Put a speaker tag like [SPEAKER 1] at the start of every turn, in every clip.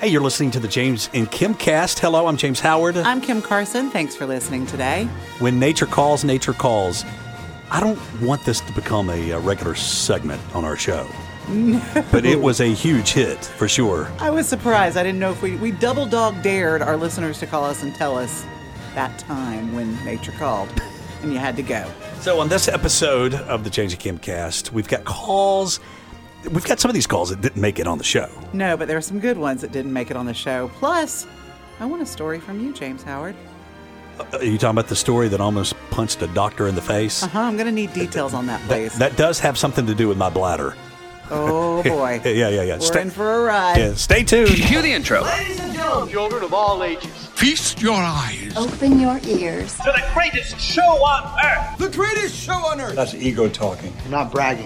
[SPEAKER 1] Hey, you're listening to the James and Kim cast. Hello, I'm James Howard.
[SPEAKER 2] I'm Kim Carson. Thanks for listening today.
[SPEAKER 1] when nature calls, nature calls. I don't want this to become a, uh regular segment on our show. But it was a huge hit for sure.
[SPEAKER 2] I was surprised. I didn't know if we we double dog dared our listeners to call us and tell us that time when nature called and you had to go.
[SPEAKER 1] So on this episode of the James and Kim cast, we've got calls. We've got some of these calls that didn't make it on the show.
[SPEAKER 2] No, but there are some good ones that didn't make it on the show. Plus, I want a story from you, James Howard.
[SPEAKER 1] Are you talking about the story that almost punched a doctor in the face?
[SPEAKER 2] Huh, I'm going to need details on that,
[SPEAKER 1] That,
[SPEAKER 2] please.
[SPEAKER 1] that does have something to do with my bladder.
[SPEAKER 2] oh boy.
[SPEAKER 1] Yeah, yeah, yeah.
[SPEAKER 2] We're
[SPEAKER 1] Stay-
[SPEAKER 2] in for a ride.
[SPEAKER 1] Yeah, stay tuned.
[SPEAKER 3] Cue the intro.
[SPEAKER 4] Ladies and gentlemen, children of all ages,
[SPEAKER 5] Feast your eyes.
[SPEAKER 6] Open your ears.
[SPEAKER 4] to the greatest show on earth.
[SPEAKER 5] The greatest show on earth.
[SPEAKER 7] That's ego talking.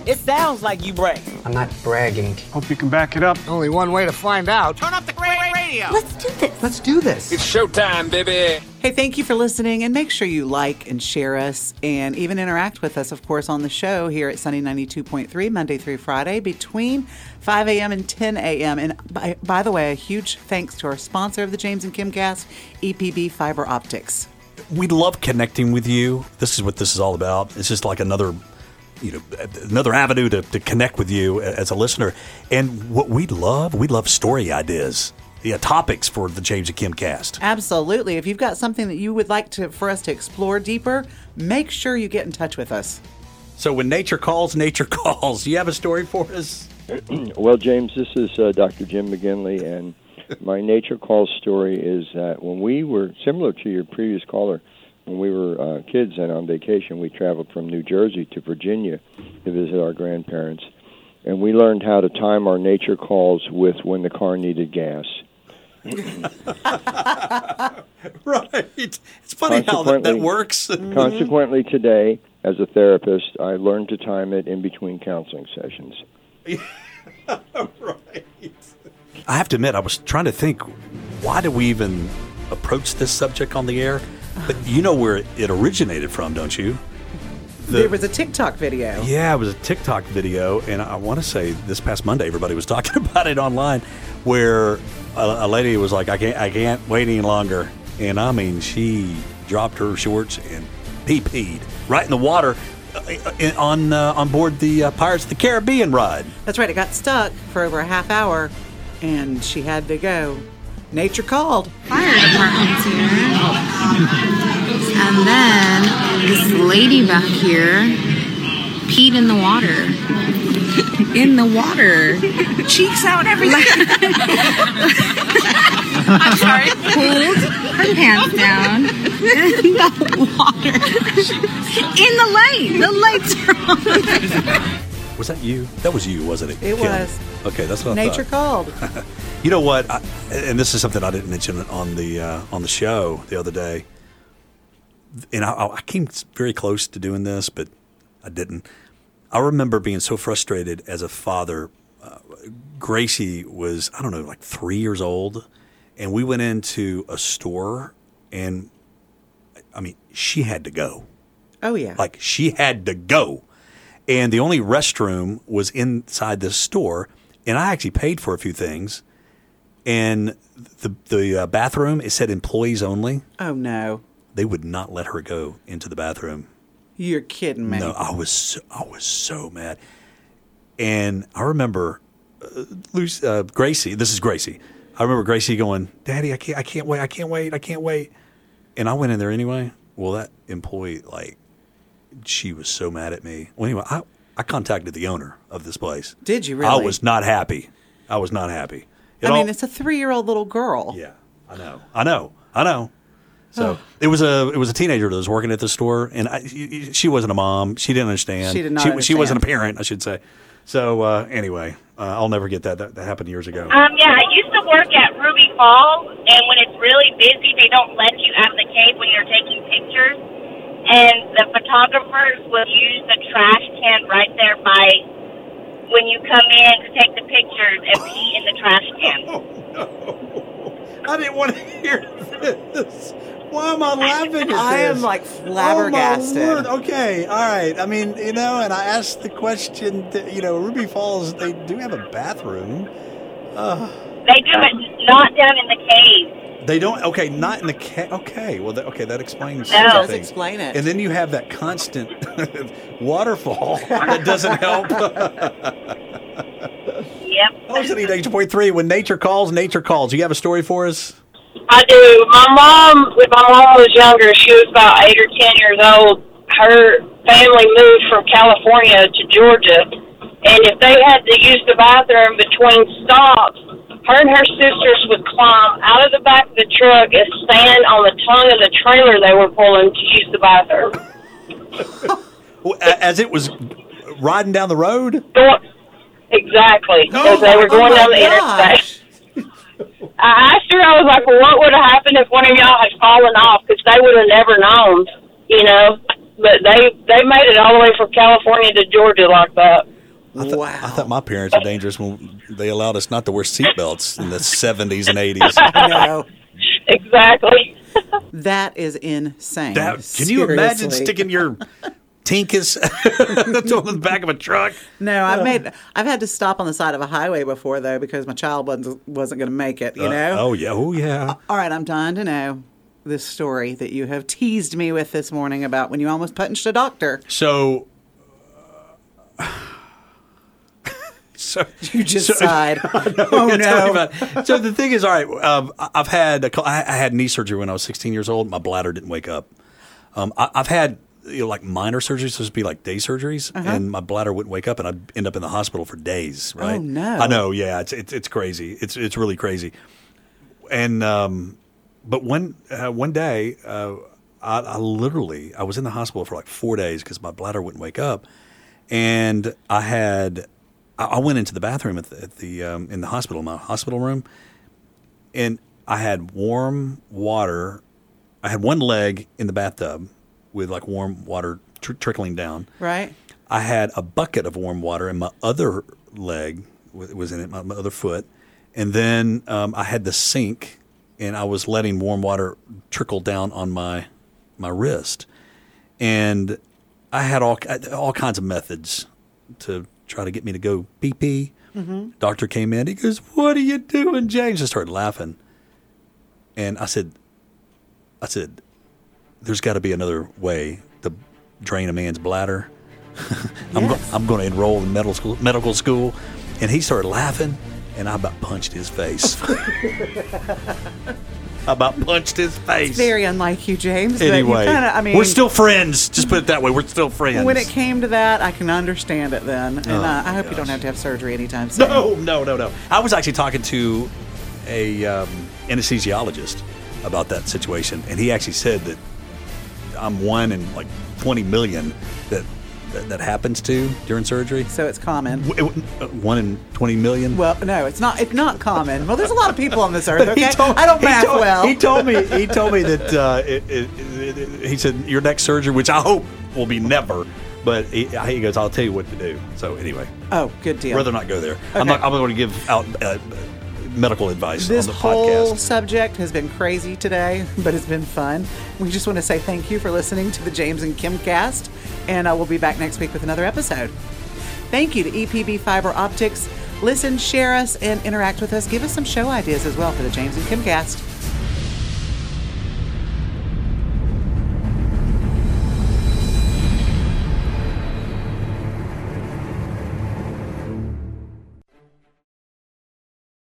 [SPEAKER 8] It sounds like you brag.
[SPEAKER 9] I'm not bragging.
[SPEAKER 7] Hope you can back it up.
[SPEAKER 5] Only one way to find out.
[SPEAKER 8] Turn off the great radio.
[SPEAKER 6] Let's do this.
[SPEAKER 5] Let's do this.
[SPEAKER 3] It's showtime, baby.
[SPEAKER 2] Hey, thank you for listening and make sure you like and share us and even interact with us, of course, on the show here at Sunny 92.3, Monday through Friday between 5 a.m. and 10 a.m. And by, by the way, a huge thanks to our sponsor of the James and Kim Cast, EPB Fiber Optics.
[SPEAKER 1] we love connecting with you. This is what this is all about. It's just like another, you know, another avenue to, to connect with you a- as a listener. And what we love, we love story ideas, yeah, topics for the James and Kim cast.
[SPEAKER 2] Absolutely. If you've got something that you would like to, for us to explore deeper, make sure you get in touch with us.
[SPEAKER 1] So when nature calls, nature calls. You have a story for us?
[SPEAKER 10] Well, James, this is uh, Dr. Jim McGinley, and my nature call story is that when we were similar to your previous caller, when we were uh, kids and on vacation, we traveled from New Jersey to Virginia to visit our grandparents, and we learned how to time our nature calls with when the car needed gas.
[SPEAKER 1] Right. It's funny how that, that
[SPEAKER 10] Consequently-
[SPEAKER 1] works.
[SPEAKER 10] Consequently, today, as a therapist, I learned to time it in between counseling sessions.
[SPEAKER 1] I have to admit, I was trying to think, why do we even approach this subject on the air? But you know where it- it originated from, don't you?
[SPEAKER 2] there was a TikTok video.
[SPEAKER 1] Yeah, it was a TikTok video, and I want to say this past Monday, everybody was talking about it online, where a, a lady was like, "I can't, I can't wait any longer," and I mean, she dropped her shorts and pee peed right in the water uh, uh, on uh, on board the uh, Pirates of the Caribbean ride.
[SPEAKER 2] That's right. It got stuck for over a half hour, and she had to go. Nature called.
[SPEAKER 11] fire department's here. And then this lady back here peed in the water. In the water. Cheeks out, everything. I'm sorry. Pulled her pants down in the water. In the light. The lights are on.
[SPEAKER 1] Was that you? That was you, wasn't it?
[SPEAKER 2] It
[SPEAKER 1] Kim?
[SPEAKER 2] was.
[SPEAKER 1] Okay, that's what I
[SPEAKER 2] Nature
[SPEAKER 1] thought.
[SPEAKER 2] called.
[SPEAKER 1] You know what? I, and this is something I didn't mention on the uh, on the show the other day. And I, I came very close to doing this, but I didn't. I remember being so frustrated as a father. Uh, Gracie was I don't know like three years old, and we went into a store, and I mean she had to go.
[SPEAKER 2] Oh yeah.
[SPEAKER 1] Like she had to go. And the only restroom was inside this store. And I actually paid for a few things. And the, the uh, bathroom, it said employees only.
[SPEAKER 2] oh no.
[SPEAKER 1] They would not let her go into the bathroom.
[SPEAKER 2] You're kidding me.
[SPEAKER 1] No, I was so, I was so mad. And I remember uh, Lucy, uh, Gracie. This is Gracie. I remember Gracie going, "Daddy, I can't, I can't wait, I can't wait, I can't wait." And I went in there anyway. Well, that employee, like, she was so mad at me. Well, anyway, I, I contacted the owner of this place.
[SPEAKER 2] Did you
[SPEAKER 1] I
[SPEAKER 2] really?
[SPEAKER 1] was not happy. I was not happy. It
[SPEAKER 2] I
[SPEAKER 1] all-
[SPEAKER 2] mean, it's a three-year-old little girl.
[SPEAKER 1] yeah, I know. I know. I know. So it was a it was a teenager that was working at the store, and I, she she wasn't a mom. She didn't understand.
[SPEAKER 2] She did not
[SPEAKER 1] She, she wasn't a
[SPEAKER 2] understand.
[SPEAKER 1] parent, I should say. So uh, anyway, uh, I'll never get that. that. That happened years ago.
[SPEAKER 11] Um, yeah, I used to work at Ruby Falls, and when it's really busy, they don't let you out of the cave when you're taking pictures. And the photographers will use the trash can right there by when you come in to take the pictures and pee in the trash can.
[SPEAKER 1] I didn't want to hear this. Why am I laughing? At
[SPEAKER 2] I am
[SPEAKER 1] oh
[SPEAKER 2] like flabbergasted.
[SPEAKER 1] Okay, all right. I mean, you know, and I asked the question. That, you know, Ruby Falls, they do have a bathroom.
[SPEAKER 11] They do it not down in the cave.
[SPEAKER 1] They don't. Okay, not in the ca- okay. Well, that, okay, that explains.
[SPEAKER 11] That
[SPEAKER 1] some
[SPEAKER 11] does
[SPEAKER 1] things.
[SPEAKER 2] explain it.
[SPEAKER 1] And then you have that constant waterfall that doesn't help.
[SPEAKER 11] Yep.
[SPEAKER 1] Hello, City Nature Point Three. When nature calls, nature calls. You have a story for us?
[SPEAKER 11] I do. My mom, when my mom was younger, she was about eight or ten years old. Her family moved from California to Georgia, and if they had to use the bathroom between stops, her and her sisters would climb out of the back of the truck and stand on the tongue of the trailer they were pulling to use the bathroom.
[SPEAKER 1] Well, a- As it was riding down the road.
[SPEAKER 11] Going, exactly, because they
[SPEAKER 2] Oh
[SPEAKER 11] were going down the interstate. I asked her, I was like, well, what would have happened if one of y'all had fallen off? Because they would have never known, you know. But they they made it all the way from California to Georgia like that.
[SPEAKER 1] I thought,
[SPEAKER 2] Wow.
[SPEAKER 1] I thought my parents were dangerous when they allowed us not to wear seatbelts in the 70s and 80s.
[SPEAKER 2] I know.
[SPEAKER 11] Exactly.
[SPEAKER 2] That is insane.
[SPEAKER 1] That- can you imagine
[SPEAKER 2] Seriously.
[SPEAKER 1] sticking your tinkus to the back of a truck?
[SPEAKER 2] No,
[SPEAKER 1] Oh.
[SPEAKER 2] I've made. I've had to stop on the side of a highway before though because my child wasn't wasn't going to make it. You know.
[SPEAKER 1] Uh, oh, yeah. Oh, yeah.
[SPEAKER 2] All right, I'm dying to know this story that you have teased me with this morning about when you almost punched a doctor.
[SPEAKER 1] So. So
[SPEAKER 2] You just
[SPEAKER 1] So-
[SPEAKER 2] sighed. oh
[SPEAKER 1] Yeah, tell me
[SPEAKER 2] no.
[SPEAKER 1] about it. So the thing is, all right. Um, I- I've had a cou- I I had knee surgery when I was 16 years old. My bladder didn't wake up. Um, I, I've had you know, like minor surgeries, those would be like day surgeries, and my bladder wouldn't wake up, and I'd end up in the hospital for days. Right?
[SPEAKER 2] no.
[SPEAKER 1] I know. Yeah, it's it's, it's crazy. It's it's really crazy. And um, but one uh, one day, uh, I, I literally I was in the hospital for like four days because my bladder wouldn't wake up, and I had I, I went into the bathroom at the, at the um, in the hospital, my hospital room, and I had warm water. I had one leg in the bathtub with like warm water tr- trickling down.
[SPEAKER 2] Right.
[SPEAKER 1] I had a bucket of warm water in my other leg w- was in it, my, my other foot, and then um, I had the sink, and I was letting warm water trickle down on my my wrist, and I had all I- all kinds of methods to try to get me to go pee pee. Doctor came in, he goes, "What are you doing, James?" I started laughing, and I said, "I said, there's got to be another way to drain a man's bladder." I'm, go- I'm going to enroll in medical school, medical school. And he started laughing, and I about punched his face. I about punched his face.
[SPEAKER 2] Very unlike you, James. but you
[SPEAKER 1] anyway,
[SPEAKER 2] kinda- I mean,
[SPEAKER 1] we're still friends. Just put it that way. We're still friends. Oh,
[SPEAKER 2] When it came to that, I can understand it then, and uh, I hope you don't
[SPEAKER 1] gosh.
[SPEAKER 2] have to have surgery anytime soon.
[SPEAKER 1] no, no, no, no. I was actually talking to a um, anesthesiologist about that situation, and he actually said that I'm one in like 20 million that that, that happens to during surgery.
[SPEAKER 2] So it's common.
[SPEAKER 1] W- w- uh, One in 20 million.
[SPEAKER 2] Well, no, it's not. It's not common. Well, there's a lot of people on this earth. Okay,
[SPEAKER 1] He told-
[SPEAKER 2] I don't
[SPEAKER 1] he
[SPEAKER 2] math
[SPEAKER 1] told-
[SPEAKER 2] well.
[SPEAKER 1] He told me. He told me that uh, it, it, it, it- he said your next surgery, which I hope will be never. But he, he goes, I'll tell you what to do. So anyway,
[SPEAKER 2] oh, good deal.
[SPEAKER 1] rather not go there. I'm not. I'm going to give out uh, medical advice
[SPEAKER 2] This
[SPEAKER 1] on the
[SPEAKER 2] whole
[SPEAKER 1] podcast.
[SPEAKER 2] subject has been crazy today, but it's been fun. We just want to say thank you for listening to the James and Kim cast, and uh, we'll be back next week with another episode. Thank you to EPB Fiber Optics. Listen, share us, and interact with us. Give us some show ideas as well for the James and Kim cast.